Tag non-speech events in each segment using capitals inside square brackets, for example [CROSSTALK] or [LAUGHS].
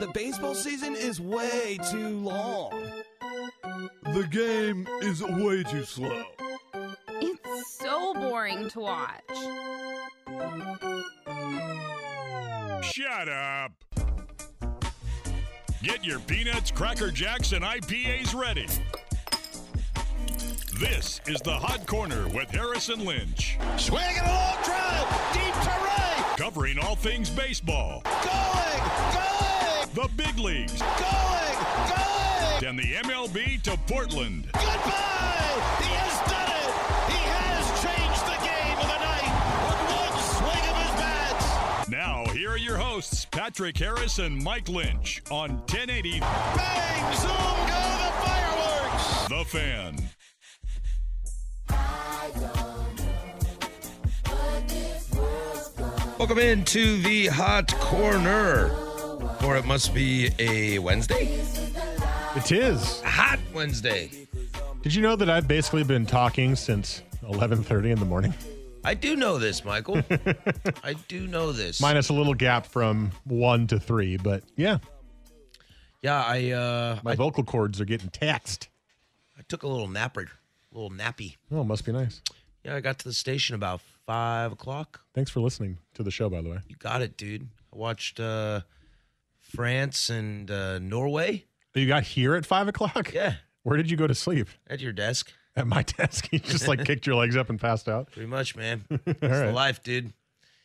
The baseball season is way too long. The game is way too slow. It's so boring to watch. Shut up. Get your peanuts, cracker jacks, and IPAs ready. This is the Hot Corner with Harrison Lynch, Swing and a long drive. Deep to right. covering all things baseball, Going, going, the big leagues, going, going. and the MLB to Portland. Goodbye. He has done it. He has changed the game of the night with one swing of his bat. Now, here are your hosts, Patrick Harris and Mike Lynch, on 1080 Bang, zoom, go the fireworks. The Fan. Welcome into the hot corner. Or it must be a Wednesday? It is. Hot Wednesday. Did you know that I've basically been talking since 11:30 in the morning, [LAUGHS] I do know this, Michael. I do know this. minus a little gap from one to three? But yeah, yeah, I uh my vocal cords are getting taxed. I took a little napper, a little nappy. Oh, must be nice. Yeah, I got to the station about five o'clock. Thanks for listening to the show, by the way. You got it, dude. I watched uh France and uh Norway. You got here at five o'clock. Yeah, Where did you go to sleep? at your desk. At my [LAUGHS] desk. You just like kicked your legs up and passed out. Pretty much, [LAUGHS] man. It's the right. life, dude.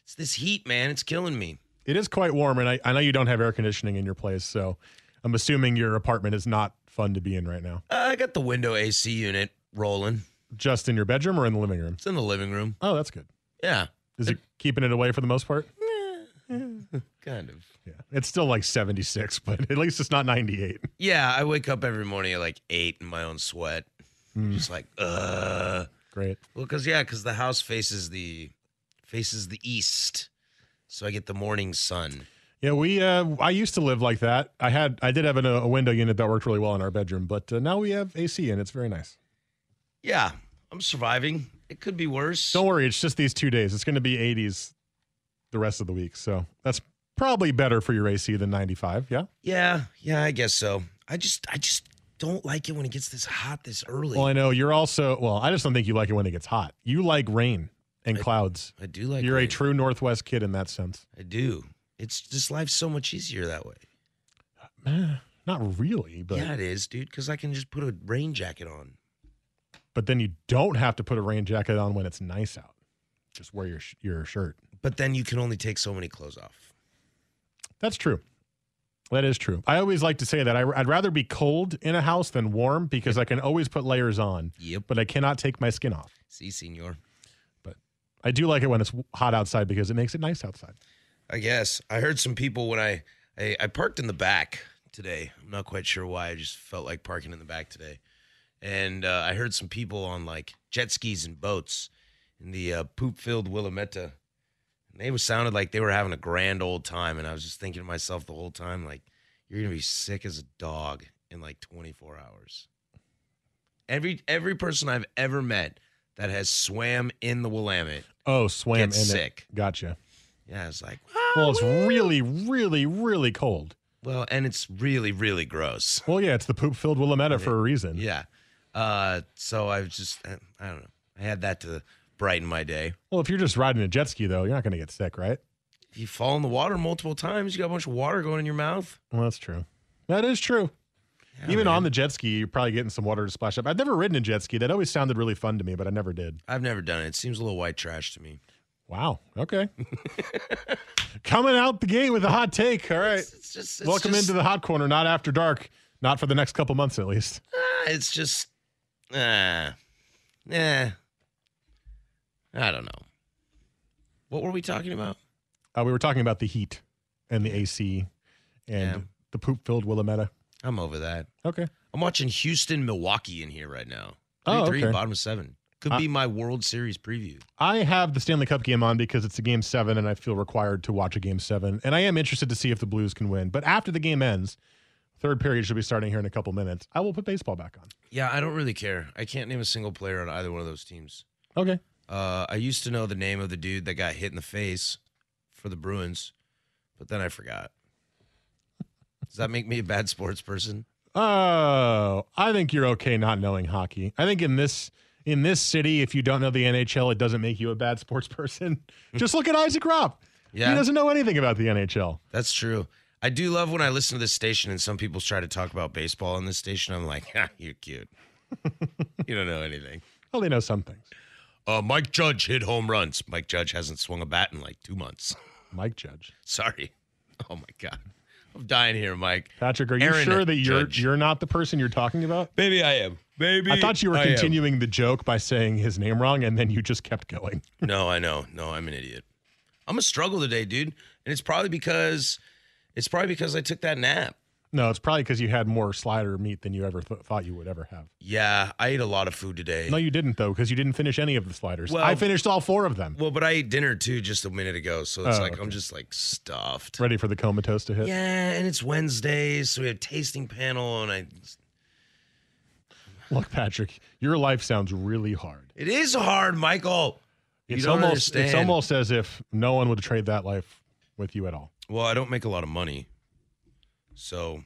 It's this heat, man. It's killing me. It is quite warm, and I, I know you don't have air conditioning in your place, so I'm assuming your apartment is not fun to be in right now. Uh, I got the window AC unit rolling. Just in your bedroom or in the living room? It's in the living room. Oh, that's good. Yeah, Is it keeping it away for the most part? kind of. Yeah, it's still like 76, but at least it's not 98. Yeah, I wake up every morning at like eight in my own sweat. Hmm. Just like, uh. Great. Well, because yeah, because the house faces the faces the east, so I get the morning sun. Yeah, we. Uh, I used to live like that. I had, I did have an, a window unit that worked really well in our bedroom, but uh, now we have AC and it's very nice. Yeah, I'm surviving. It could be worse. Don't worry, it's just these two days. It's going to be 80s the rest of the week, so that's probably better for your AC than 95. Yeah. Yeah, yeah, I guess so. I just, I just don't like it when it gets this hot this early. Well, I know you're also. Well, I just don't think you like it when it gets hot. You like rain and I- clouds. I do like. you're rain. a true Northwest kid in that sense. I do. It's just life's so much easier that way. Not really, but yeah, it is, dude. Because I can just put a rain jacket on. but then you don't have to put a rain jacket on when it's nice out. Just wear your sh- your shirt. But then you can only take so many clothes off. That's true. That is true. I always like to say that I, would rather be cold in a house than warm because I can always put layers on, Yep. but I cannot take my skin off. See, senor. I do like it when it's w- hot outside because it makes it nice outside. I guess I heard some people when I, I I parked in the back today. I'm not quite sure why. I just felt like parking in the back today, and uh, I heard some people on like jet skis and boats in the uh, poop-filled Willamette. And they were sounded like they were having a grand old time, and I was just thinking to myself the whole time, like, you're gonna be sick as a dog in like 24 hours. Every every person I've ever met that has swam in the Willamette, Oh, swam Get in sick. Ah, it. Gotcha. yeah, it's like, Well, it's really, really, really cold. well, and it's really really gross. Well, yeah, it's the poop filled Willamette for a reason. Yeah. Uh, so I was just, I, I don't know. I had that to brighten my day. Well, if you're just riding a jet ski, though, you're not going to get sick, right? If you fall in the water multiple times, you got a bunch of water going in your mouth. Well, that's true. That is true. Even on the jet ski, you're probably getting some water to splash up. I've never ridden a jet ski. That always sounded really fun to me, but I never did. I've never done it. It seems a little white trash to me. Wow. [LAUGHS] Okay. Coming out the gate with a hot take. All right. It's just, it's Welcome into the hot corner. Not after dark. Not for the next couple months, at least. it's just, ah, eh. I don't know. What were we talking about? Uh, we were talking about the heat and the AC and Yeah. the poop filled Willamette. I'm over that. Okay. I'm watching Houston, Milwaukee in here right now. Oh, 3-3, okay. bottom of seven. Could Uh, be my World Series preview. I have the Stanley Cup game on because it's a game seven, and I feel required to watch a game seven. And I am interested to see if the Blues can win. But after the game ends, third period should be starting here in a couple minutes. I will put baseball back on. Yeah, I don't really care. I can't name a single player on either one of those teams. Okay. Uh, I used to know the name of the dude that got hit in the face for the Bruins, but then I forgot. Does that make me a bad sports person? Oh, I think you're okay not knowing hockey. I think in this in this city, if you don't know the NHL, it doesn't make you a bad [LAUGHS] sports person. Just look at Isaac Robb. Yeah, He doesn't know anything about the NHL. that's true. I do love when I listen to this station and some people try to talk about baseball on this station. I'm like, [LAUGHS] ah, you're [LAUGHS] cute. you don't know anything. Well, they know some things. Uh, Mike Judge hit home runs. Mike Judge hasn't swung a bat in like two months. [LAUGHS] Mike Judge. Sorry. Oh my God. I'm dying here, Mike. Patrick, are you Aaron sure that you're Judge. you're not the person you're talking about? Maybe I am. Maybe I thought you were I am. continuing the joke by saying his name wrong, and then you just kept going. No, I know. No, I'm an idiot. I'm a struggle today, dude. And it's probably because it's probably because I took that nap. No, it's probably because you had more slider meat than you ever th- thought you would ever have. Yeah, I ate a lot of food today. No, you didn't though, because you didn't finish any of the sliders. Well- I finished all four of them. well, but I ate dinner too just a minute ago, so it's Oh, like I'm okay. just like stuffed. Ready for the comatose to hit? Yeah, and it's Wednesday, so we have tasting panel, and I. Look, Patrick, your life sounds really hard. It is hard, Michael. You It's don't almost it's understand. almost as if no one would trade that life with you at all. Well, I don't make a lot of money, so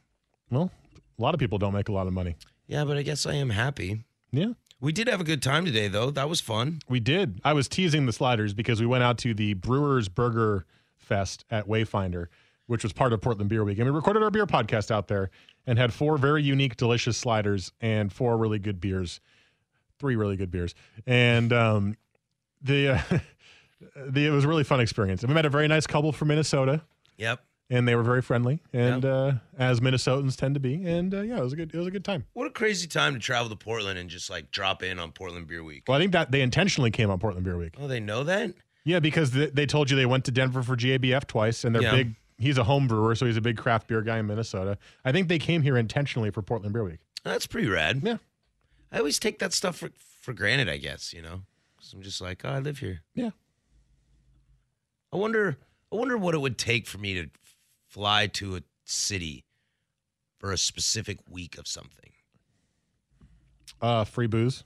Well, a lot of people don't make a lot of money. yeah. But I guess I am happy. Yeah. We did have a good time today, though. That was fun. We did. I was teasing the sliders because we went out to the Brewers Burger Fest at Wayfinder, which was part of Portland Beer Week. And we recorded our beer podcast out there and had four very unique, delicious sliders and four really good beers, three really good beers. And um, the, [LAUGHS] uh, the it was a really fun experience. And we met a very nice couple from Minnesota. Yep. And they were very friendly, and uh, as Minnesotans tend to be, and uh, yeah, it was a good it was a good time. What a crazy time to travel to Portland and just like drop in on Portland Beer Week. Well, I think that they intentionally came on Portland Beer Week. Oh, they know that? Yeah, because th- they told you they went to Denver for GABF twice, and they're Yeah. big. He's a home brewer, so he's a big craft beer guy in Minnesota. I think they came here intentionally for Portland Beer Week. That's pretty rad. Yeah. I always take that stuff for, for granted, I guess, you know? 'Cause I'm just like, oh, I live here. Yeah. I wonder I wonder what it would take for me to fly to a city for a specific week of something. Uh, free booze.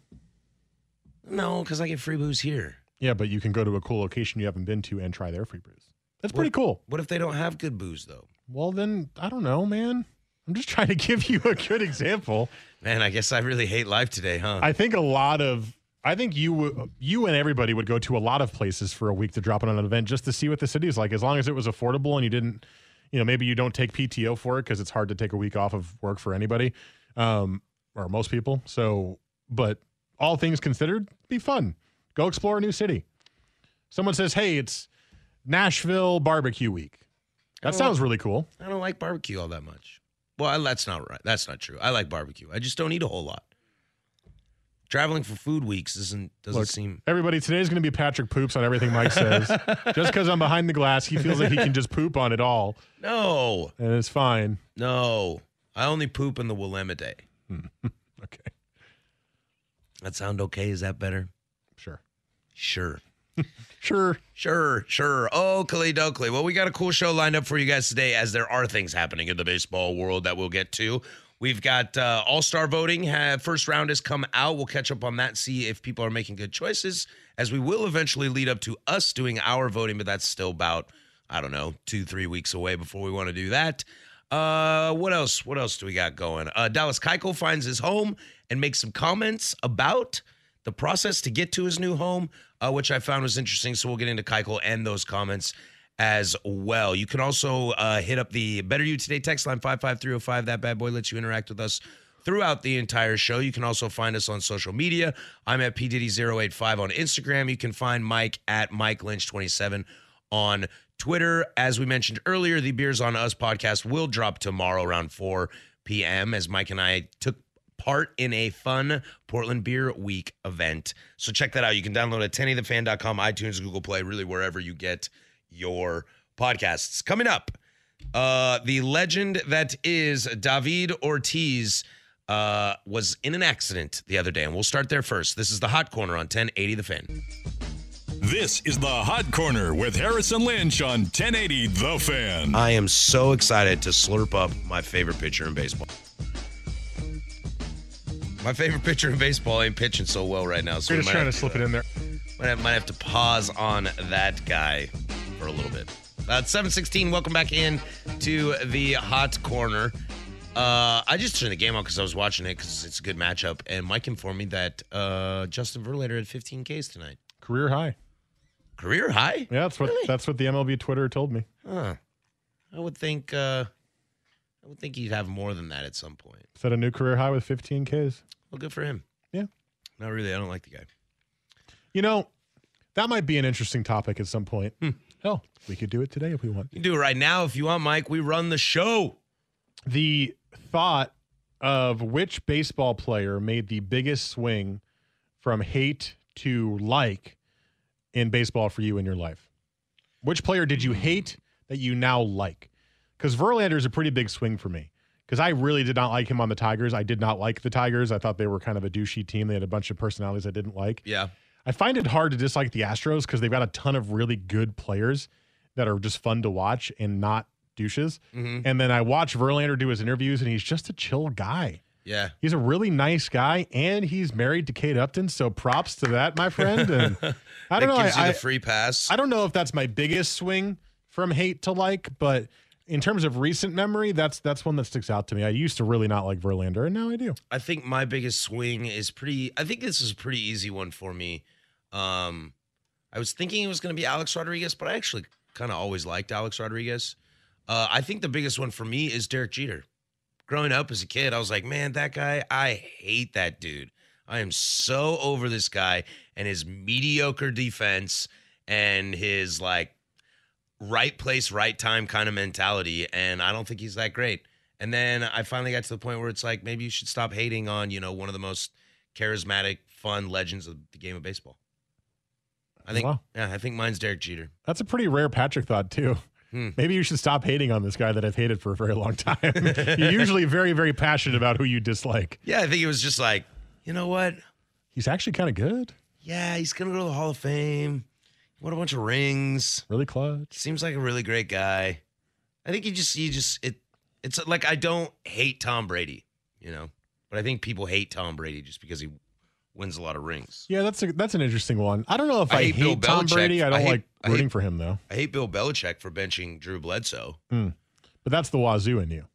No, because I get free booze here. Yeah, but you can go to a cool location you haven't been to and try their free brews. That's pretty cool. What if they don't have good booze though? Well, then I don't know, man. I'm just [LAUGHS] trying to give you a good example. Man, I guess I really hate life today, huh? I think a lot of I think you would you and everybody would go to a lot of places for a week to drop in on an event just to see what the city is like as long as it was affordable and you didn't you know maybe you don't take PTO for it cuz it's hard to take a week off of work for anybody um or most people so but all things considered be fun go explore a new city someone says hey it's Nashville barbecue week that sounds really cool I don't like barbecue all that much. Well, I, that's not right. That's not true. I like barbecue. I just don't eat a whole lot. Traveling for food weeks isn't doesn't Look, seem. Everybody, today's going to be Patrick poops on everything [LAUGHS] Mike says. just because I'm behind the glass, he feels like he can just poop on it all, No, and it's fine. no. I only poop in the Willamette Day. Okay, That sound okay? Is that better? sure, Sure. sure. Sure, sure. Oakley Doakley. Well, we got a cool show lined up for you guys today as there are things happening in the baseball world that we'll get to. We've got uh, All Star voting. Uh, first round has come out. We'll catch up on that, see if people are making good choices, as we will eventually lead up to us doing our voting, but that's still about, I don't know, two, three weeks away before we want to do that. Uh, what else? What else do we got going? Uh, Dallas Keiko finds his home and makes some comments about the process to get to his new home, uh, which I found was interesting. So we'll get into Keichel and those comments as well. You can also uh, hit up the Better You Today text line 55305. That bad boy lets you interact with us throughout the entire show. You can also find us on social media. I'm at PDD085 on Instagram. You can find Mike at Mike Lynch27 on Twitter. As we mentioned earlier, the Beers on Us podcast will drop tomorrow around 4 p.m. as Mike and I took part in a fun Portland Beer Week event. So check that out. You can download at 1080thefan.com, iTunes, Google Play, really wherever you get your podcasts. Coming up, Uh, the legend that is David Ortiz uh, was in an accident the other day, and we'll start there first. This is the hot corner on 1080 The Fan. This is the Hot Corner with Harrison Lynch on 1080 The Fan. I am so excited to slurp up my favorite pitcher in baseball. My favorite pitcher in baseball ain't pitching so well right now, so You're we just might trying have to slip uh, it in there. Might have, might have to pause on that guy for a little bit. Uh, it's 716, welcome back in to the Hot Corner. Uh, I just turned the game on because I was watching it because it's a good matchup. And Mike informed me that uh, Justin Verlander had 15 Ks tonight. Career high. Career high? Yeah, that's what Really? that's what the MLB Twitter told me. Huh. I would think uh, I would think he'd have more than that at some point. Set a new career high with 15 Ks. Well, good for him. Yeah. Not really. I don't like the guy. You know, that might be an interesting topic at some point. Hmm. Hell, we could do it today if we want. You can do it right now if you want, Mike. We run the show. The thought of which baseball player made the biggest swing from hate to like in baseball for you in your life. Which player did you hate that you now like? Because Verlander is a pretty big swing for me. Because I really did not like him on the Tigers. I did not like the Tigers. I thought they were kind of a douchey team. They had a bunch of personalities I didn't like. Yeah. I find it hard to dislike the Astros because they've got a ton of really good players that are just fun to watch and not douches. Mm-hmm. And then I watch Verlander do his interviews, and he's just a chill guy. Yeah. He's a really nice guy, and he's married to Kate Upton. So props to that, my friend. [LAUGHS] And I don't that know. gives you I, the free pass. I don't know if that's my biggest swing from hate to like, but in terms of recent memory, that's that's one that sticks out to me. I used to really not like Verlander, and now I do. I think my biggest swing is pretty. I think this is a pretty easy one for me. Um, I was thinking it was going to be Alex Rodriguez, but I actually kind of always liked Alex Rodriguez. Uh, I think the biggest one for me is Derek Jeter. Growing up as a kid, I was like, man, that guy, I hate that dude. I am so over this guy and his mediocre defense and his like right place, right time kind of mentality. And I don't think he's that great. And then I finally got to the point where it's like, maybe you should stop hating on, you know, one of the most charismatic, fun legends of the game of baseball. I think, Wow. yeah, I think mine's Derek Jeter. That's a pretty rare Patrick thought too. Hmm. Maybe you should stop hating on this guy that I've hated for a very long time. [LAUGHS] You're usually very, very passionate about who you dislike. Yeah, I think it was just like, you know what? He's actually kind of good, Yeah, he's going to go to the Hall of Fame. What a bunch of rings. really clutch. Seems like a really great guy. I think he just, he just, it, it's like I don't hate Tom Brady, you know, but I think people hate Tom Brady just because he wins a lot of rings. Yeah, that's a, that's an interesting one. I don't know if I, I hate, hate Bill Tom Belichick. Brady. I I don't hate- like I hate- rooting for him though. I hate Bill Belichick for benching Drew Bledsoe. But that's the Wazoo in you,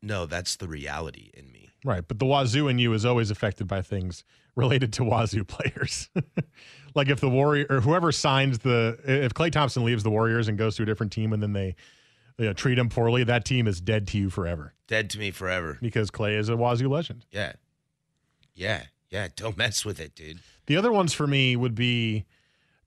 No, that's the reality in me. right? But the Wazoo in you is always affected by things related to Wazoo players. [LAUGHS] like if the Warrior or whoever signs the if Clay Thompson leaves the Warriors and goes to a different team and then they you know, treat him poorly, that team is dead to you forever Dead to me forever. because Clay is a Wazoo legend. Yeah. Yeah. Yeah. Don't mess with it, dude. The other ones for me would be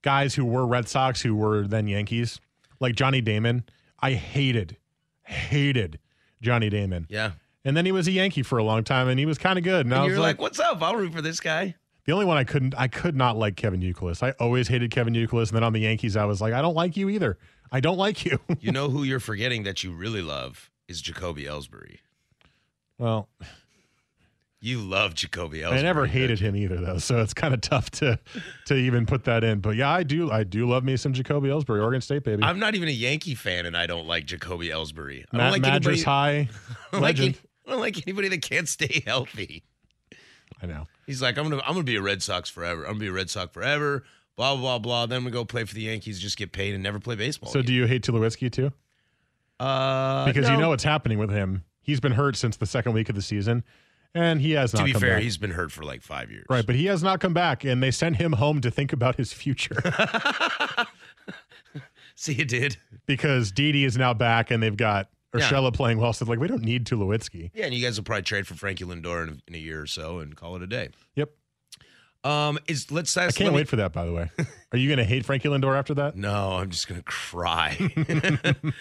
guys who were Red Sox who were then Yankees, like Johnny Damon. I hated, hated Johnny Damon. Yeah. And then he was a Yankee for a long time and he was kind of good. And, I And was you're like, like, what's up? I'll root for this guy. the only one I couldn't, I could not like Kevin Euclid. I always hated Kevin Euclid. And then on the Yankees, I was like, I don't like you either. I don't like you. [LAUGHS] You know who you're forgetting that you really love is Jacoby Ellsbury. well, You love Jacoby Ellsbury. I never don't hated you? him either though. So it's kind of tough to, to even put that in. But yeah, I do, I do love me some Jacoby Ellsbury, Oregon State, baby. I'm not even a Yankee fan, and I don't like Jacoby Ellsbury. I Matt don't like Madras anybody. high [LAUGHS] I don't like, legend. any- I don't like anybody that can't stay healthy. I know. He's like, I'm gonna, I'm gonna be a Red Sox forever. I'm gonna be a Red Sox forever. Blah blah blah. Then we go play for the Yankees, just get paid, and never play baseball. So do you hate Tulowitzki too? Uh, Because you no. know what's happening with him. He's been hurt since the second week of the season, and he has not. To be come fair, back. he's been hurt for like five years. right, but he has not come back, and they sent him home to think about his future [LAUGHS] [LAUGHS] See, you did. because Didi is now back, and they've got Yeah. Urshela playing well. So like, we don't need Tulowitzki. Yeah, and you guys will probably trade for Frankie Lindor in, in a year or so and call it a day. Yep, Um, is let's I ask. can't let me- wait for that. By [LAUGHS] the way, are you going to hate Frankie Lindor after that? No, I'm just gonna [LAUGHS] cry.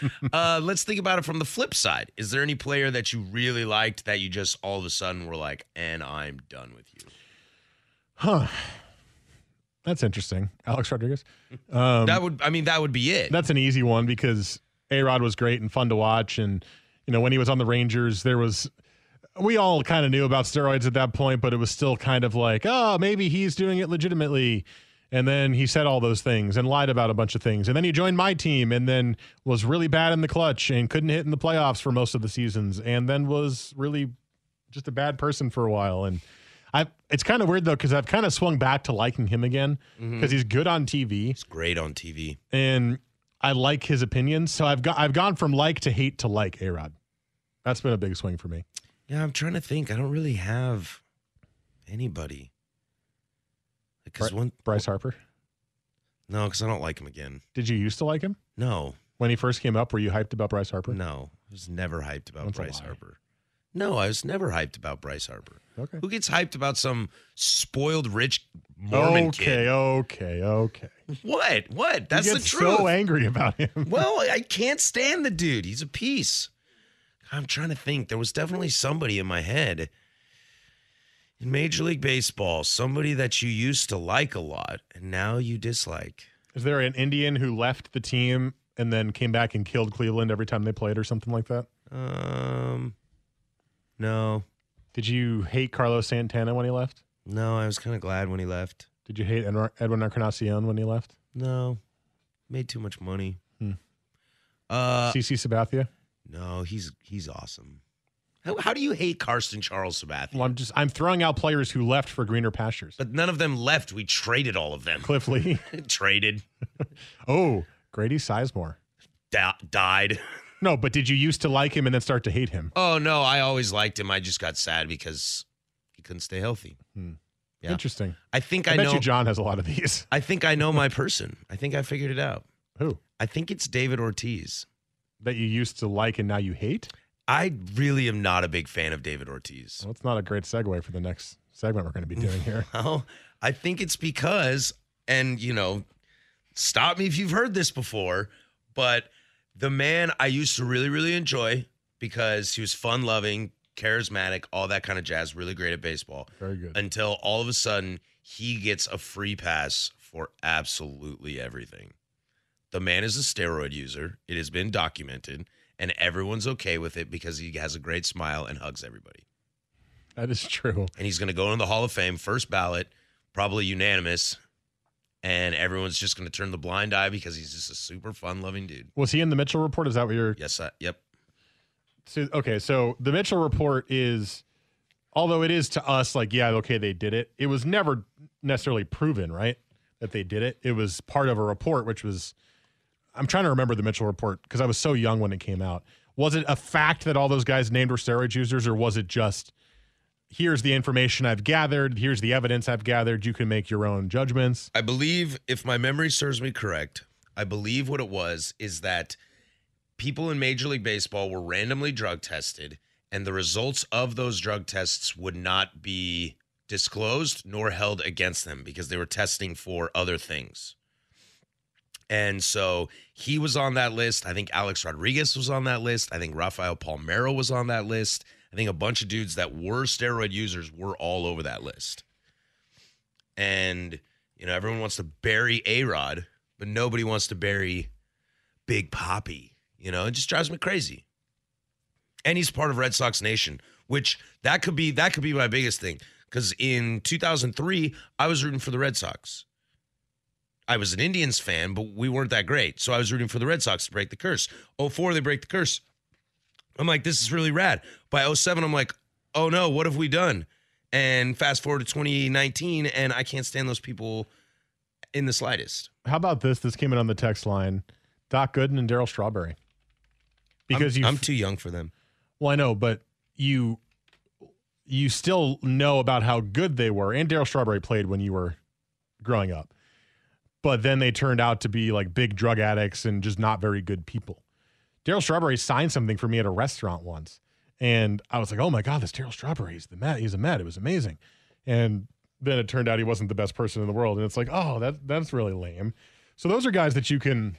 [LAUGHS] uh, let's think about it from the flip side. Is there any player that you really liked that you just all of a sudden were like, "And I'm done with you"? Huh? That's interesting, Alex Rodriguez. Um, that would, I mean, that would be it. That's an easy one because A Rod was great and fun to watch. And, you know, when he was on the Rangers, there was, we all kind of knew about steroids at that point, but it was still kind of like, oh, maybe he's doing it legitimately. And then he said all those things and lied about a bunch of things. And then he joined my team and then was really bad in the clutch and couldn't hit in the playoffs for most of the seasons. And then was really just a bad person for a while. And I, it's kind of weird though, because I've kind of swung back to liking him again because he's good on TV It's great on TV. and I like his opinions. So I've got I've gone from like to hate to like A Rod. That's been a big swing for me. Yeah, I'm trying to think. I don't really have anybody. Because Bri- one Bryce Harper. no, because I don't like him again. Did you used to like him No, when he first came up? Were you hyped about Bryce Harper? no, I was never hyped about That's a Bryce lie. Harper. No, I was never hyped about Bryce Harper. Okay. Who gets hyped about some spoiled rich Mormon Okay. Okay. Okay. kid? What? What? That's you the get truth. So angry about him. [LAUGHS] well, I can't stand the dude. He's a piece. I'm trying to think. There was definitely somebody in my head in Major League Baseball, somebody that you used to like a lot and now you dislike. Is there an Indian who left the team and then came back and killed Cleveland every time they played or something like that? Um, no, Did you hate Carlos Santana when he left? no. I was kind of glad when he left. Did you hate Edwin Edwin Encarnacion when he left? No, made too much money. Hmm. Uh, CC Sabathia. no, he's he's awesome. How, how do you hate Carson Charles Sabathia? Well, I'm just I'm throwing out players who left for greener pastures. But none of them left. We traded all of them. Cliff Lee. [LAUGHS] traded, Oh, Grady Sizemore. da- died. No, but did you used to like him and then start to hate him? Oh no, I always liked him. I just got sad because he couldn't stay healthy. Yeah. Interesting. I think I, I, bet know. you John has a lot of these. [LAUGHS] I think I know my person. I think I figured it out. Who? I think it's David Ortiz. That you used to like and now you hate? I really am not a big fan of David Ortiz. Well, that's not a great segue for the next segment we're going to be [LAUGHS] doing here. Well, I think it's because, and you know, stop me if you've heard this before, but the man I used to really, really enjoy because he was fun loving, charismatic, all that kind of jazz, really great at baseball. Very good. Until all of a sudden, he gets a free pass for absolutely everything. The man is a steroid user. It has been documented, and everyone's okay with it because he has a great smile and hugs everybody That is true. and he's going to go in the Hall of Fame, first ballot, probably unanimous, and everyone's just going to turn the blind eye because he's just a super fun-loving dude. Was he in the Mitchell report? Is that what you're Yes, I, yep. So, okay, so the Mitchell report is, although it is to us like, yeah, okay, they did it. It was never necessarily proven, right, that they did it. It was part of a report, which was, I'm trying to remember the Mitchell report because I was so young when it came out. Was it a fact that all those guys named were steroid users, or was it just, here's the information I've gathered, here's the evidence I've gathered, you can make your own judgments? I believe, if my memory serves me correct, I believe what it was is that people in Major League Baseball were randomly drug tested, and the results of those drug tests would not be disclosed nor held against them because they were testing for other things. And so he was on that list. I think Alex Rodriguez was on that list. I think Rafael Palmero was on that list. I think a bunch of dudes that were steroid users were all over that list. And you know, everyone wants to bury A Rod, but nobody wants to bury Big Poppy. You know, it just drives me crazy. And he's part of Red Sox Nation, which that could be that could be my biggest thing. Because in 2003, I was rooting for the Red Sox. I was an Indians fan, but we weren't that great, so I was rooting for the Red Sox to break the curse. 04, they break the curse. I'm like, this is really rad. By 07, I'm like, oh no, what have we done? And fast forward to 2019, and I can't stand those people in the slightest. How about this? This came in on the text line Doc Gooden and Daryl Strawberry. Because I'm, you I'm too young for them. Well, I know, but you you still know about how good they were, and Daryl Strawberry played when you were growing up. But then they turned out to be like big drug addicts and just not very good people. Daryl Strawberry signed something for me at a restaurant once, and I was like, "Oh my god, this Daryl Strawberry is the Met. He's a Met. It was amazing." And then it turned out he wasn't the best person in the world, and it's like, "Oh, that that's really lame." So those are guys that you can.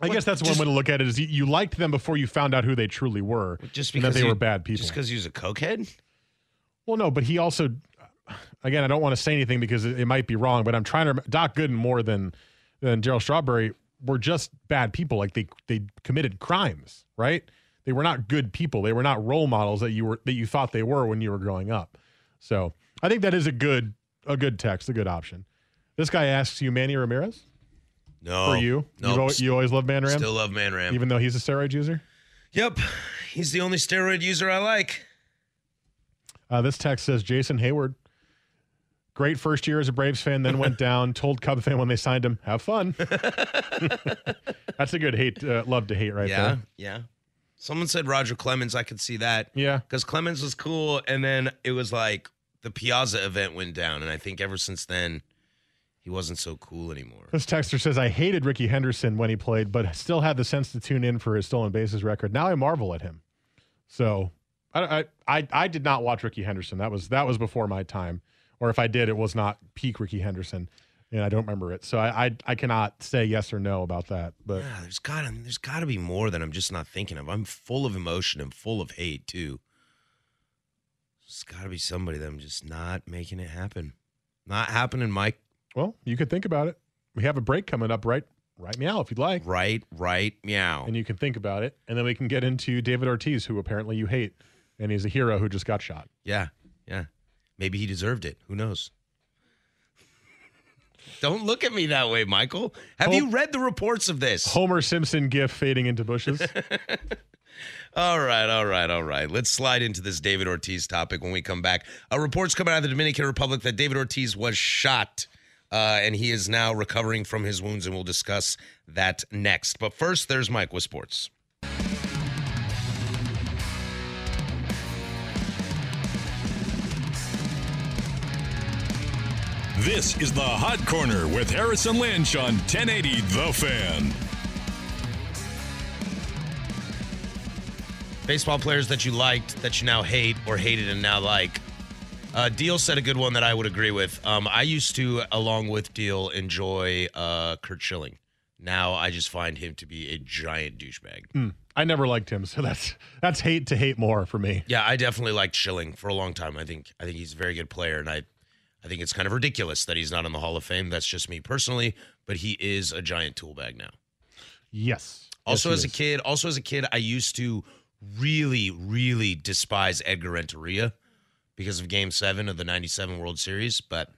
I Well, guess that's just- one way to look at it is you, you liked them before you found out who they truly were Just and because that they he- were bad people. Just because he was a cokehead? well, no, but he also, again, I don't want to say anything because it, it might be wrong, but I'm trying to remember Doc Gooden more than than Gerald Strawberry were just bad people. Like they they committed crimes, right? They were not good people. They were not role models that you were that you thought they were when you were growing up. So I think that is a good a good text, a good option. This guy asks you, Manny Ramirez, No. for you. No. You've always, you always love Man Ram, Oh, Still love Man Ram. even though he's a steroid user. yep. He's the only steroid user I like. Uh, this text says Jason Hayward. Great first year as a Braves fan, then went down. Told Cub fan when they signed him, "Have fun." That's a good hate, uh, love to hate, right yeah. there. Yeah. Someone said Roger Clemens. I could see that. Yeah, Because Clemens was cool. And then it was like the Piazza event went down. And I think ever since then, he wasn't so cool anymore. This texter says, I hated Ricky Henderson when he played, but still had the sense to tune in for his stolen bases record. Now I marvel at him. So I, I, I, I did not watch Ricky Henderson. That was that was before my time. Or if I did, it was not peak Ricky Henderson. And I don't remember it. So I, I, I cannot say yes or no about that. But Yeah, there's got to there's got to be more that I'm just not thinking of. I'm full of emotion and full of hate too. There's got to be somebody that I'm just not making it happen. Not happening, Mike. well, you could think about it. We have a break coming up right right meow if you'd like. Right, right, meow. And you can think about it. And then we can get into David Ortiz, who apparently you hate, and he's a hero who just got shot. Yeah, yeah. Maybe he deserved it. Who knows? [LAUGHS] Don't look at me that way, Michael. Have you Hope- read the reports of this? Homer Simpson gif fading into [LAUGHS] bushes. All right, all right, all right. Let's slide into this David Ortiz topic when we come back. A report's coming out of the Dominican Republic that David Ortiz was shot, uh, and he is now recovering from his wounds, and we'll discuss that next. But first, there's Mike with sports. This is the Hot Corner with Harrison Lynch on 1080 The Fan. Baseball players that you liked, that you now hate, or hated and now like. Uh, Deal said a good one that I would agree with. Um, I used to, along with Deal, enjoy uh, Kurt Schilling. Now I just find him to be a giant douchebag. I never liked him, so that's that's hate to hate more for me. Yeah, I definitely liked Schilling for a long time. I think I think he's a very good player, and I I think it's kind of ridiculous that he's not in the Hall of Fame. That's just me personally, but he is a giant tool bag now. Yes. Also, Yes, as a he is. kid, also as a kid, I used to really, really despise Edgar Renteria because of Game Seven of the '97 World Series, but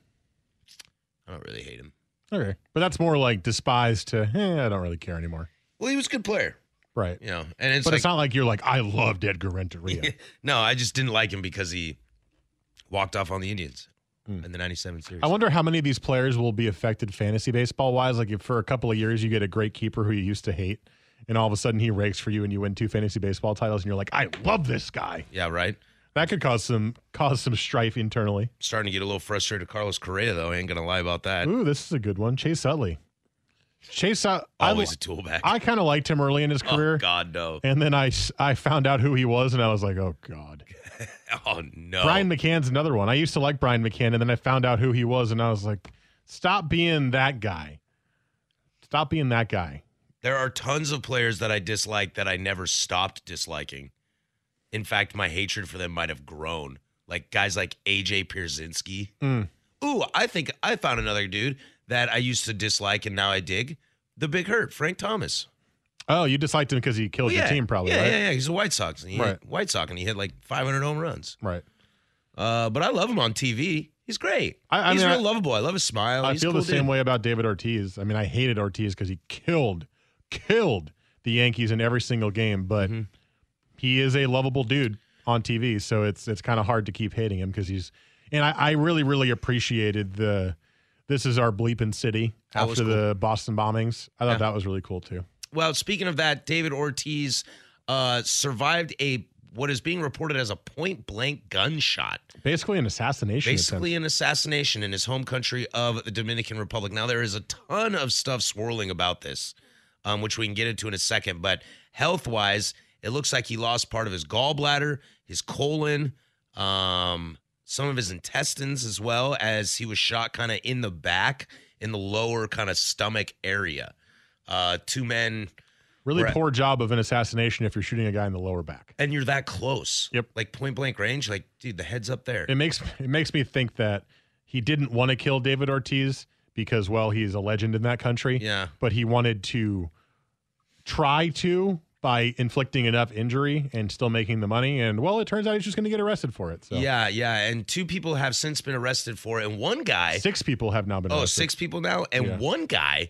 I don't really hate him. Okay, but that's more like despised to. Eh, I don't really care anymore. Well, he was a good player, Right. you know, and it's but like it's not like you're like I loved Edgar Renteria. no, I just didn't like him because he walked off on the Indians in the '97 series. Hmm. I wonder how many of these players will be affected fantasy baseball wise. Like if for a couple of years you get a great keeper who you used to hate, and all of a sudden he rakes for you and you win two fantasy baseball titles, and you're like, I love this guy. yeah, right. That could cause some [LAUGHS] cause some strife internally. starting to get a little frustrated. Carlos Correa, though, I ain't gonna lie about that. Ooh, this is a good one. Chase Utley. Chase, I Always a tool back. I, I kind of liked him early in his career. oh God, [LAUGHS] no. And then I, s- I found out who he was, and I was like, oh god. Oh no. Brian McCann's another one. I used to like Brian McCann, and then I found out who he was, and I was like, stop being that guy. Stop being that guy. there are tons of players that I dislike that I never stopped disliking. In fact, my hatred for them might have grown. Like guys like AJ Pierzynski. Mm. Ooh, I think I found another dude that I used to dislike and now I dig. The big hurt, Frank Thomas. Oh, you disliked him because he killed yeah. your team, probably, yeah, right? yeah, yeah. He's a White Sox. And he Right. hit White Sox, and he hit like 500 home runs. Right. Uh, but I love him on TV. He's great. I- I He's mean, real I- lovable. I love his smile. I Oh, He's a feel cool the same dude. way about David Ortiz. I mean, I hated Ortiz because he killed, killed the Yankees in every single game, but Mm-hmm. he is a lovable dude on TV, so it's it's kind of hard to keep hating him because he's and I, I really, really appreciated the this is our bleeping city That was after the Boston bombings. I thought that was really cool too. Well, speaking of that, David Ortiz uh, survived a what is being reported as a point blank gunshot, Basically an assassination basically attempt. an assassination in his home country of the Dominican Republic. Now there is a ton of stuff swirling about this, um, which we can get into in a second. But health wise, it looks like he lost part of his gallbladder, his colon, um, some of his intestines as well, as he was shot kind of in the back, in the lower kind of stomach area. Uh, two men Really Right. poor job of an assassination if you're shooting a guy in the lower back. and you're that close. Yep. Like point blank range, like dude, the head's up there. it makes it makes me think that he didn't want to kill David Ortiz because, well, he's a legend in that country. Yeah. But he wanted to try to by inflicting enough injury and still making the money. And, well, it turns out he's just going to get arrested for it. So, Yeah, yeah. And two people have since been arrested for it. And one guy, six people have now been oh, arrested. six people now. And Yeah. one guy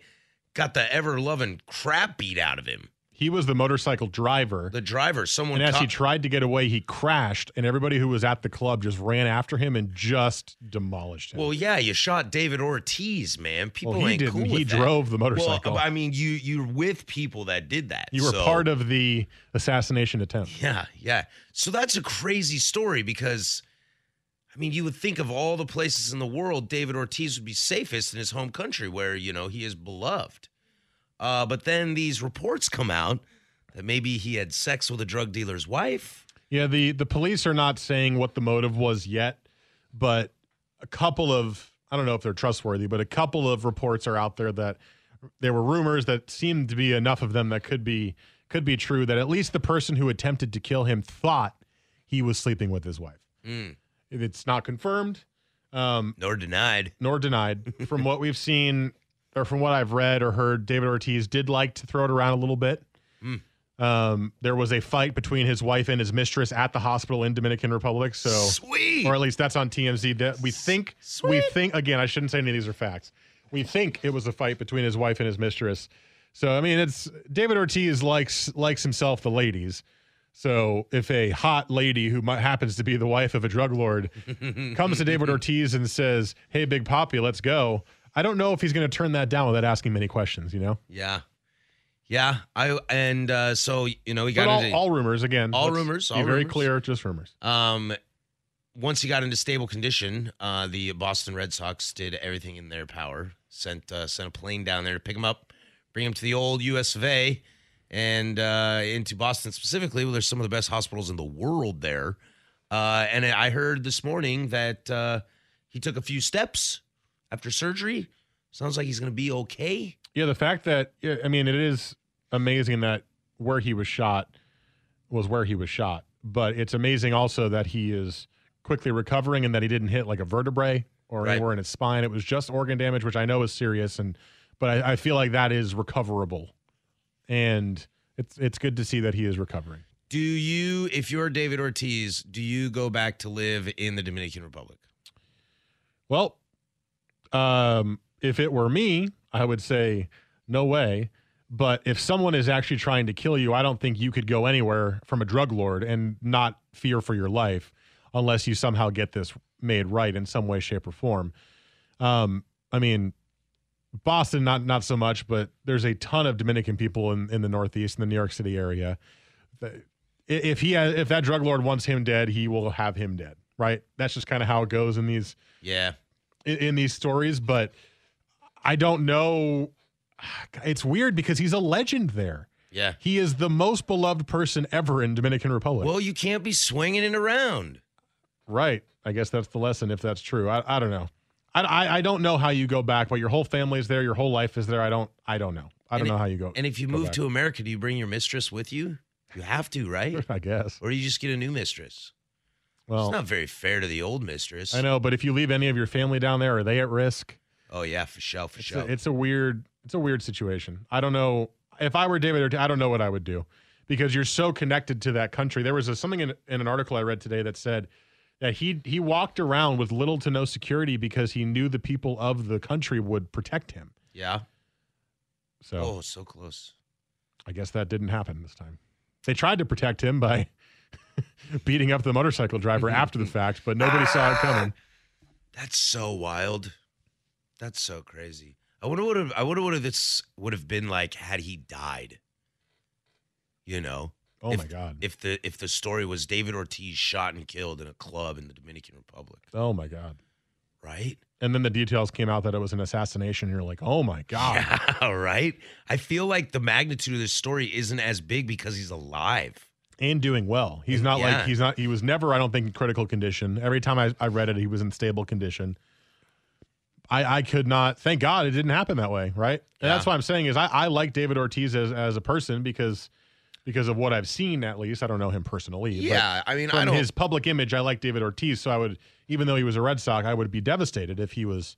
got the ever loving crap beat out of him. He was the motorcycle driver. The driver, someone and as he caught- tried to get away, he crashed, and everybody who was at the club just ran after him and just demolished him. Well, yeah, you shot David Ortiz, man. People he ain't didn't. cool. He with that. drove the motorcycle. Well, I mean, you you're with people that did that. you were so- part of the assassination attempt. Yeah, yeah. So that's a crazy story because, I mean, you would think of all the places in the world, David Ortiz would be safest in his home country, where you know he is beloved. Uh, but then these reports come out that maybe he had sex with a drug dealer's wife. Yeah, the the police are not saying what the motive was yet, but a couple of I don't know if they're trustworthy, but a couple of reports are out there that there were rumors that seemed to be enough of them that could be could be true that at least the person who attempted to kill him thought he was sleeping with his wife. It's not confirmed. Um, Nor denied. nor denied. From what we've seen, or from what I've read or heard, David Ortiz did like to throw it around a little bit. Um, there was a fight between his wife and his mistress at the hospital in Dominican Republic. So, Sweet. or at least that's on TMZ. That we think we think again. I shouldn't say any of these are facts. We think it was a fight between his wife and his mistress. So I mean, it's David Ortiz likes likes himself the ladies. So if a hot lady who might, happens to be the wife of a [LAUGHS] drug lord comes to David Ortiz and says, "Hey, Big Poppy, let's go," I don't know if he's going to turn that down without asking many questions. You know, Yeah, yeah. I and uh, so you know he but got all, into, all rumors again. All let's rumors, Be all very rumors. clear, just rumors. Um, once he got into stable condition, uh, the Boston Red Sox did everything in their power. Sent uh, sent a plane down there to pick him up, bring him to the old U.S. of A. And uh, into Boston specifically, well, there's some of the best hospitals in the world there. Uh, and I heard this morning that uh, he took a few steps after surgery. Sounds like he's going to be okay. Yeah, the fact that yeah, I mean, it is amazing that where he was shot was where he was shot, but it's amazing also that he is quickly recovering and that he didn't hit like a vertebrae or Right. anywhere in his spine. It was just organ damage, which I know is serious, and but I, I feel like that is recoverable, and it's it's good to see that he is recovering. Do you, if you're David Ortiz, do you go back to live in the Dominican Republic? Well, um, if it were me, I would say no way. But if someone is actually trying to kill you, I don't think you could go anywhere from a drug lord and not fear for your life unless you somehow get this made right in some way, shape, or form. Um, I mean, Boston, not not so much, but there's a ton of Dominican people in, in the Northeast, in the New York City area. The- i- If he has, if that drug lord wants him dead, he will have him dead. Right? That's just kind of how it goes in these Yeah. in, in these stories, but I don't know. It's weird because he's a legend there. Yeah. He is the most beloved person ever in Dominican Republic. Well, you can't be swinging it around. right. I guess that's the lesson if that's true. I, I don't know. I, I, I don't know how you go back, but your whole family is there. Your whole life is there. I don't I don't know. I don't And know it- how you go. And if you go move back. to America, do you bring your mistress with you? You have to, [LAUGHS] right? [LAUGHS] I guess. Or do you just get a new mistress? Well, it's not very fair to the old mistress. I know, but if you leave any of your family down there, are they at risk? Oh yeah, for sure, for It's, sure. a, it's a weird it's a weird situation. I don't know if I were David Ortiz, I don't know what I would do because you're so connected to that country. There was a, something in, in an article I read today that said that he he walked around with little to no security because he knew the people of the country would protect him. yeah. So Oh, so close. I guess that didn't happen this time. They tried to protect him by [LAUGHS] beating up the motorcycle driver after the fact, but nobody saw it coming. That's so wild. That's so crazy. I wonder what have, I wonder what if this would have been like had he died. You know, Oh if, my god. If the if the story was David Ortiz shot and killed in a club in the Dominican Republic, oh my god. right? And then the details came out that it was an assassination. You're like, oh my god. [LAUGHS] Yeah, right. I feel like the magnitude of this story isn't as big because he's alive. and doing well. He's not Yeah. like he's not he was never, I don't think, in critical condition. Every time I, I read it, he was in stable condition. I, I could not thank God it didn't happen that way, right? And that's Yeah. what I'm saying is I, I like David Ortiz as, as a person because because of what I've seen at least. I don't know him personally. but Yeah, I mean, I from don't. his public image, I like David Ortiz. So I would even though he was a Red Sox, I would be devastated if he was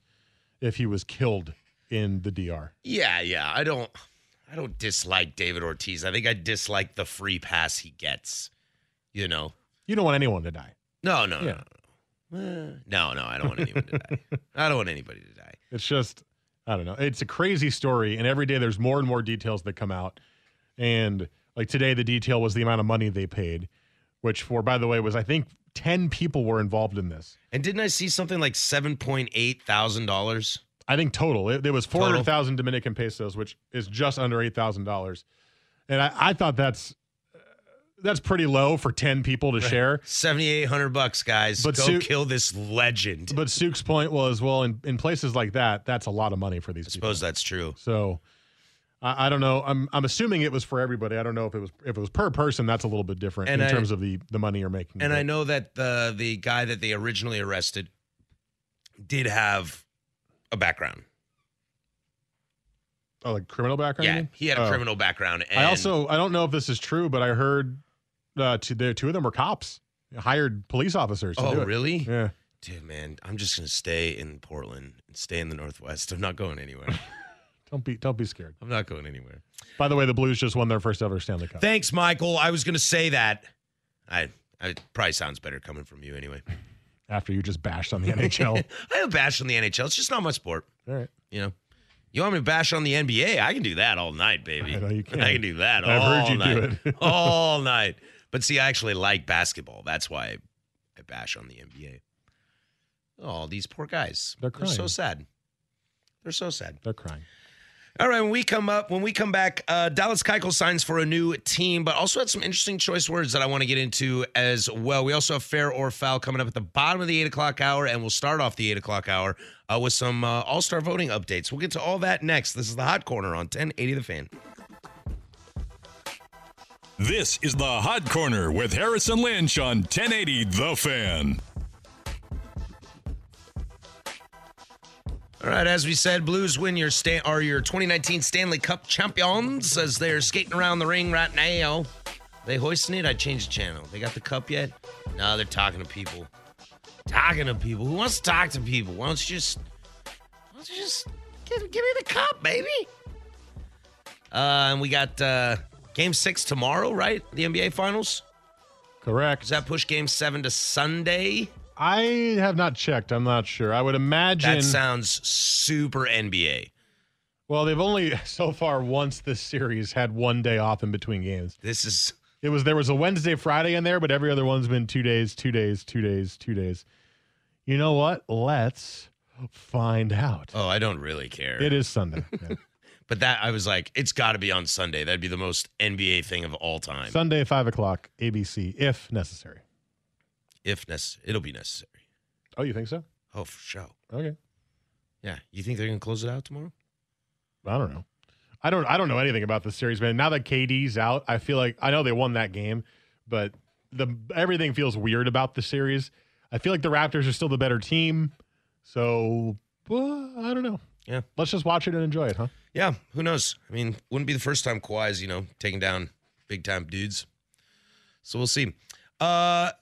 if he was killed in the DR. Yeah, yeah. I don't I don't dislike David Ortiz. I think I dislike the free pass he gets. You know. You don't want anyone to die. No, no, Yeah. no. no. Eh, No, no, I don't want anyone to [LAUGHS] die. I don't want anybody to die. It's just, I don't know. It's a crazy story, and every day there's more and more details that come out. And like today, the detail was the amount of money they paid, which for by the way was I think ten people were involved in this. And didn't I see something like seven point eight thousand dollars? I think total it, it was four hundred thousand Dominican pesos, which is just under eight thousand dollars. And I, I thought that's that's pretty low for ten people to share. Seventy eight hundred bucks, guys. But Go Su- kill this legend. But Sook's point was, well, in, in places like that, that's a lot of money for these I people. suppose that's true. So I, I don't know. I'm I'm assuming it was for everybody. I don't know if it was if it was per person. That's a little bit different And in I- terms of the the money you're making. And I But know that the the guy that they originally arrested did have a background. oh, like criminal background. you Yeah, mean? he had a Oh. criminal background. And I also I don't know if this is true, but I heard uh, two the two of them were cops, hired police officers. to do oh it. really? Yeah. Dude, man, I'm just gonna stay in Portland and stay in the Northwest. I'm not going anywhere. [LAUGHS] Don't be don't be scared. I'm not going anywhere. By the way, the Blues just won their first ever Stanley Cup. Thanks, Michael. I was gonna say that. I, I it probably sounds better coming from you anyway. after you just [LAUGHS] bashed on the NHL. I have a bash on the NHL. It's just not my sport. All right. You know, you want me to bash on the NBA? I can do that all night, baby. I know you can. I can do that. I've all heard you do night. it. [LAUGHS] all night. But see, I actually like basketball. That's why I bash on the NBA. Oh, these poor guys. They're so crying. sad. They're so sad. They're crying. All right, when we come up, when we come back, uh, Dallas Keuchel signs for a new team, but also had some interesting choice words that I want to get into as well. We also have fair or foul coming up at the bottom of the eight o'clock hour, and we'll start off the eight o'clock hour uh, with some uh, All Star voting updates. We'll get to all that next. This is the Hot Corner on 1080 The Fan. This is the Hot Corner with Harrison Lynch on 1080 The Fan. All right, as we said, Blues win your sta- are your 2019 Stanley Cup champions as they're skating around the ring right now. They hoisting it. I changed the channel. They got the cup yet? No, they're talking to people. Talking to people. Who wants to talk to people? Why don't you just, why don't you just give, give me the cup, baby? Uh, and we got uh, Game Six tomorrow, right? The NBA Finals. Correct. Does that push Game Seven to Sunday? I have not checked. I'm not sure. I would imagine. That sounds super NBA. Well, they've only [LAUGHS] so far once this series had one day off in between games. This is It was there was a Wednesday, Friday in there, but every other one's been two days, two days, two days, two days. You know what? Let's find out. oh, I don't really care. It is [LAUGHS] Sunday. Yeah. But that I was like, it's got to be on Sunday. That'd be the most NBA thing of all time, Sunday, five o'clock, ABC, if necessary. if necessary. It'll be necessary. Oh, you think so? Oh, for sure. Okay. Yeah, you think they're gonna close it out tomorrow? I don't know. I don't I don't know anything about this series, man. Now that KD's out, I feel like I know they won that game, but the everything feels weird about the series. I feel like the Raptors are still the better team. So uh, I don't know. Yeah. Let's just watch it and enjoy it, huh? Yeah, who knows? I mean, wouldn't be the first time Kawhi's, you know, taking down big time dudes. So we'll see. Uh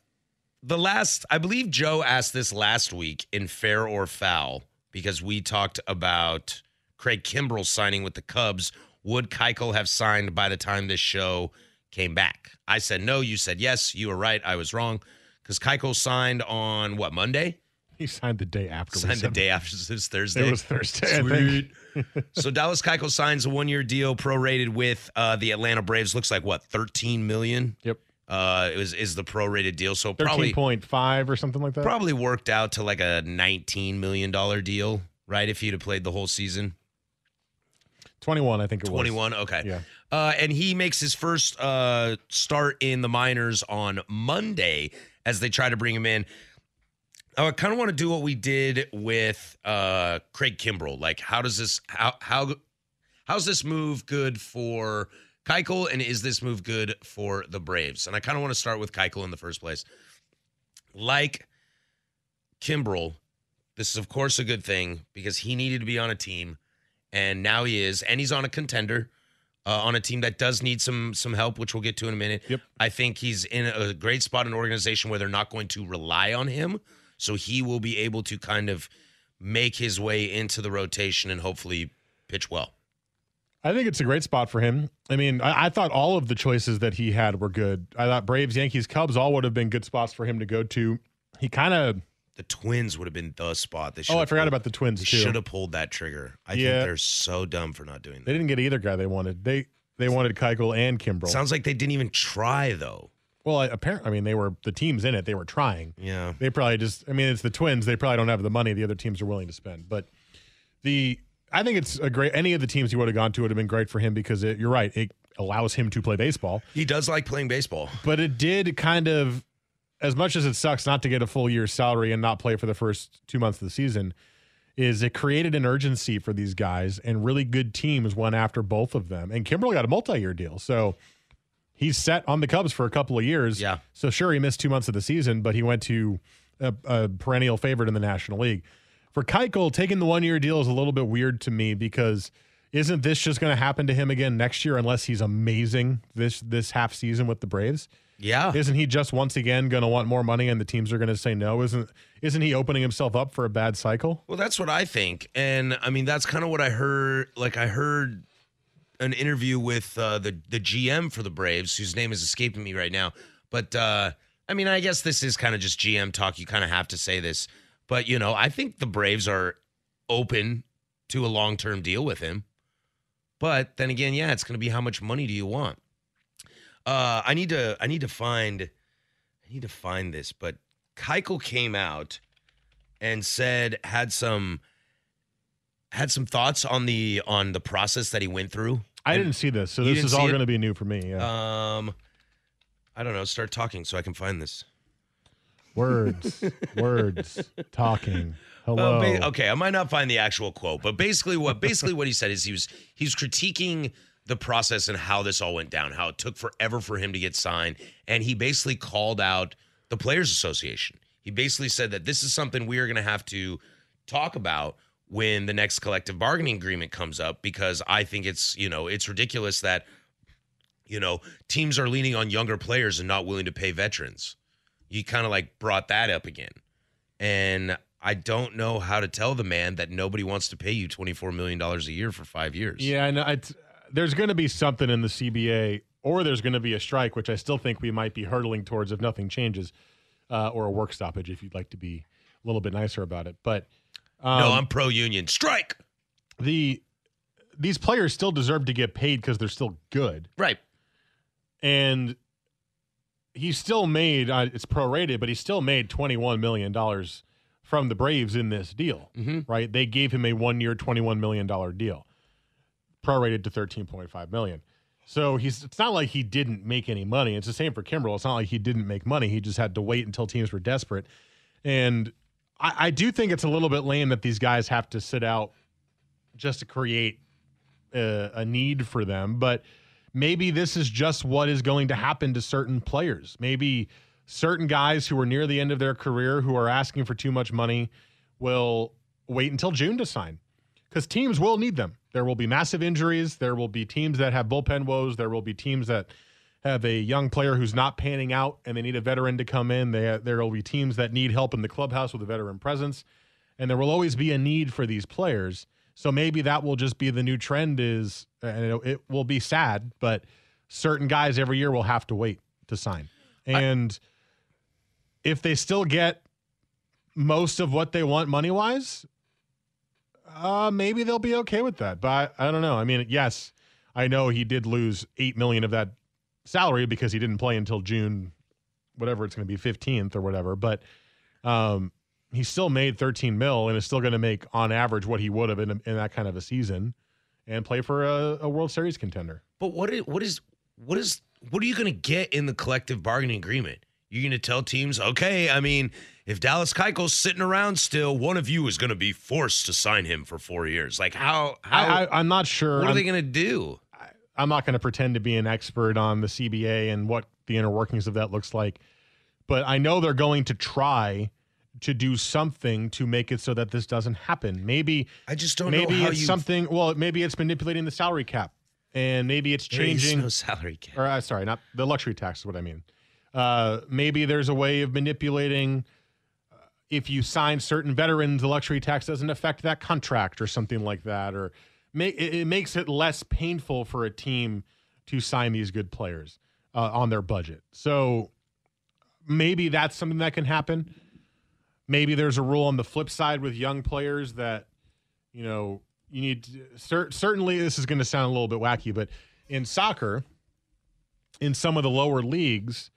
the last I believe Joe asked this last week in fair or foul because we talked about Craig Kimbrell signing with the Cubs. Would Keuchel have signed by the time this show came back? I said no. You said yes. You were right. I was wrong because Keuchel signed on what Monday? He signed the day after. we Signed the said- day after it was Thursday. It was Thursday. I think. So Dallas Keuchel signs a one-year deal prorated with uh, the Atlanta Braves. Looks like what thirteen million. Yep. Uh, is is the prorated deal? So Thirteen probably point five or something like that. probably worked out to like a nineteen million dollar deal, right? If he'd have played the whole season, Twenty one, I think it was. twenty-one. Okay. Yeah. Uh, and he makes his first uh, start in the minors on Monday as they try to bring him in. I kind of want to do what we did with uh, Craig Kimbrell. Like, how does this how how how's this move good for Keuchel, and is this move good for the Braves? And I kind of want to start with Keuchel in the first place. Like Kimbrell, this is of course a good thing because he needed to be on a team, and now he is, and he's on a contender uh, on a team that does need some some help, which we'll get to in a minute. Yep. I think he's in a great spot in an organization where they're not going to rely on him, so he will be able to kind of make his way into the rotation and hopefully pitch well. I think it's a great spot for him. I mean, I, I thought all of the choices that he had were good. I thought Braves, Yankees, Cubs all would have been good spots for him to go to. He kind of. The Twins would have been the spot. They Oh, I should've forgot pulled- about the Twins They too. should have pulled that trigger. I Yeah. think they're so dumb for not doing They that. didn't get either guy they wanted. They they wanted Keuchel and Kimbrel. Sounds like they didn't even try though. well, I, apparently, I mean, they were the teams in it. They were trying. Yeah. They probably just. I mean, it's the Twins. They probably don't have the money the other teams are willing to spend. But the I think it's a great. Any of the teams he would have gone to would have been great for him because it, you're right. It allows him to play baseball. He does like playing baseball. but it did kind of as much as it sucks not to get a full year's salary and not play for the first two months of the season is it created an urgency for these guys and really good teams went after both of them and kimberly got a multi-year deal so he's set on the cubs for a couple of years Yeah. so sure he missed two months of the season but he went to a, a perennial favorite in the national league for Keuchel, taking the one-year deal is a little bit weird to me because isn't this just going to happen to him again next year unless he's amazing this this half season with the Braves? Yeah. Isn't he just once again going to want more money and the teams are going to say no? Isn't isn't he opening himself up for a bad cycle? Well, that's what I think, and I mean that's kind of what I heard. Like I heard an interview with uh, the the GM for the Braves, whose name is escaping me right now. But uh, I mean, I guess this is kind of just GM talk. You kind of have to say this, but you know, I think the Braves are open to a long term deal with him. But then again, yeah, it's going to be how much money do you want? Uh, I need to I need to find I need to find this. But Keuchel came out and said had some had some thoughts on the on the process that he went through. I And, didn't see this, so You this didn't is see all it? going to be new for me. Yeah. Um, I don't know. Start talking so I can find this. [LAUGHS] words, words, talking. Hello. Well, Uh, Um, ba- okay, I might not find the actual quote, but basically what basically what he said is he was he was critiquing the process and how this all went down, how it took forever for him to get signed, and he basically called out the players association. He basically said that this is something we are going to have to talk about when the next collective bargaining agreement comes up because I think it's, you know, it's ridiculous that you know, teams are leaning on younger players and not willing to pay veterans. You kind of like brought that up again and I don't know how to tell the man that nobody wants to pay you twenty four million dollars a year for five years. Yeah, I know. It's, there's going to be something in the CBA, or there's going to be a strike, which I still think we might be hurtling towards if nothing changes, uh, or a work stoppage if you'd like to be a little bit nicer about it. But um, no, I'm pro union. Strike. the these players still deserve to get paid because they're still good, Right. and he still made uh, it's prorated, but he still made 21 million dollars from the Braves in this deal. Mm-hmm. right? They gave him a one year, $21 million deal, prorated to $13.5 million. So he's it's not like he didn't make any money. It's the same for Kimbrell. It's not like he didn't make money. He just had to wait until teams were desperate. And I, I do think it's a little bit lame that these guys have to sit out just to create a, a need for them. But maybe this is just what is going to happen to certain players. Maybe certain guys who are near the end of their career who are asking for too much money will wait until June to sign because teams will need them. There will be massive injuries. There will be teams that have bullpen woes. There will be teams that have a young player who's not panning out and they need a veteran to come in. They, there will be teams that need help in the clubhouse with a veteran presence. And there will always be a need for these players. So maybe that will just be the new trend is, and it, it will be sad, but certain guys every year will have to wait to sign. And if they still get most of what they want money wise, uh, maybe they'll be okay with that. But I, I don't know. I mean, yes, I know he did lose eight million of that salary because he didn't play until June, whatever it's going to be, fifteenth or whatever. But um, he still made thirteen mil and is still going to make on average what he would have in, a, in that kind of a season, and play for a, a World Series contender. But what is what is what is what are you going to get in the collective bargaining agreement? You're going to tell teams, okay, I mean, if Dallas Keuchel's sitting around still, one of you is going to be forced to sign him for four years. Like how how I, I, I'm not sure. what are I'm- they going to do? I'm not going to pretend to be an expert on the CBA and what the inner workings of that looks like, but I know they're going to try to do something to make it so that this doesn't happen. Maybe I just don't know maybe how it's you something. Well, maybe it's manipulating the salary cap, and maybe it's There is changing no salary cap. or uh, sorry, not the luxury tax is what I mean. Uh, maybe there's a way of manipulating, uh, if you sign certain veterans, the luxury tax doesn't affect that contract or something like that, or make it, it makes it less painful for a team to sign these good players uh, on their budget. So maybe that's something that can happen. Maybe there's a rule on the flip side with young players that you know you need to, cer- certainly this is going to sound a little bit wacky, but in soccer, in some of the lower leagues,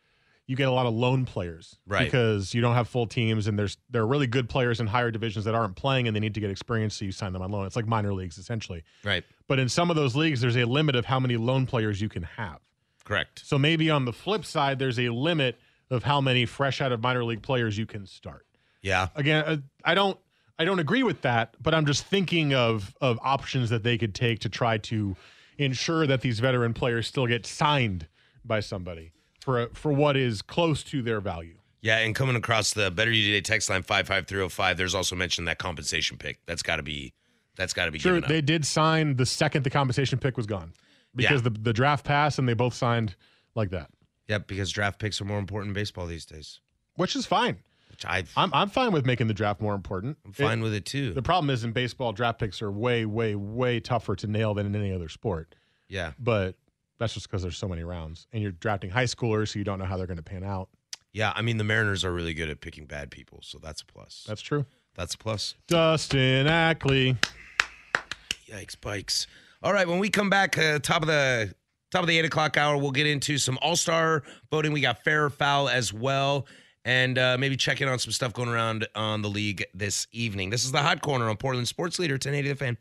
you get a lot of lone players Right. because you don't have full teams and there's there are really good players in higher divisions that aren't playing and they need to get experience so you sign them on loan. It's like minor leagues essentially. Right. But in some of those leagues there's a limit of how many lone players you can have. Correct. So maybe on the flip side there's a limit of how many fresh out of minor league players you can start Yeah. again uh, i don't i don't agree with that but i'm just thinking of of options that they could take to try to ensure that these veteran players still get signed by somebody for for what is close to their value Yeah, and coming across the Better You Today text line five five three zero five, there's also mentioned that compensation pick. That's got to be that's got to be sure given up. they did sign the second the compensation pick was gone because the, the draft passed and they both signed like that yep, because draft picks are more important in baseball these days. which is fine Which I i'm, I'm fine with making the draft more important I'm fine with it too. the problem is in baseball draft picks are way way way tougher to nail than in any other sport yeah, but that's just because there's so many rounds and you're drafting high schoolers so you don't know how they're going to pan out yeah. I mean, the Mariners are really good at picking bad people, so that's a plus. that's true that's a plus. dustin ackley Yikes, bikes. All right, when we come back, uh, top of the top of the eight o'clock hour, we'll get into some All Star voting. We got fair or foul as well, and uh, maybe check in on some stuff going around on the league this evening. This is the Hot Corner on Portland Sports Leader 1080 The Fan.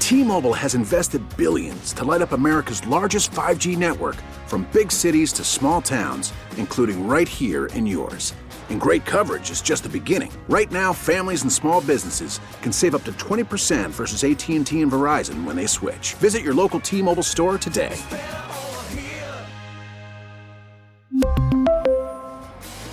T-Mobile has invested billions to light up America's largest 5G network from big cities to small towns, including right here in yours. And great coverage is just the beginning. Right now, families and small businesses can save up to 20% versus AT&T and Verizon when they switch. Visit your local T-Mobile store today.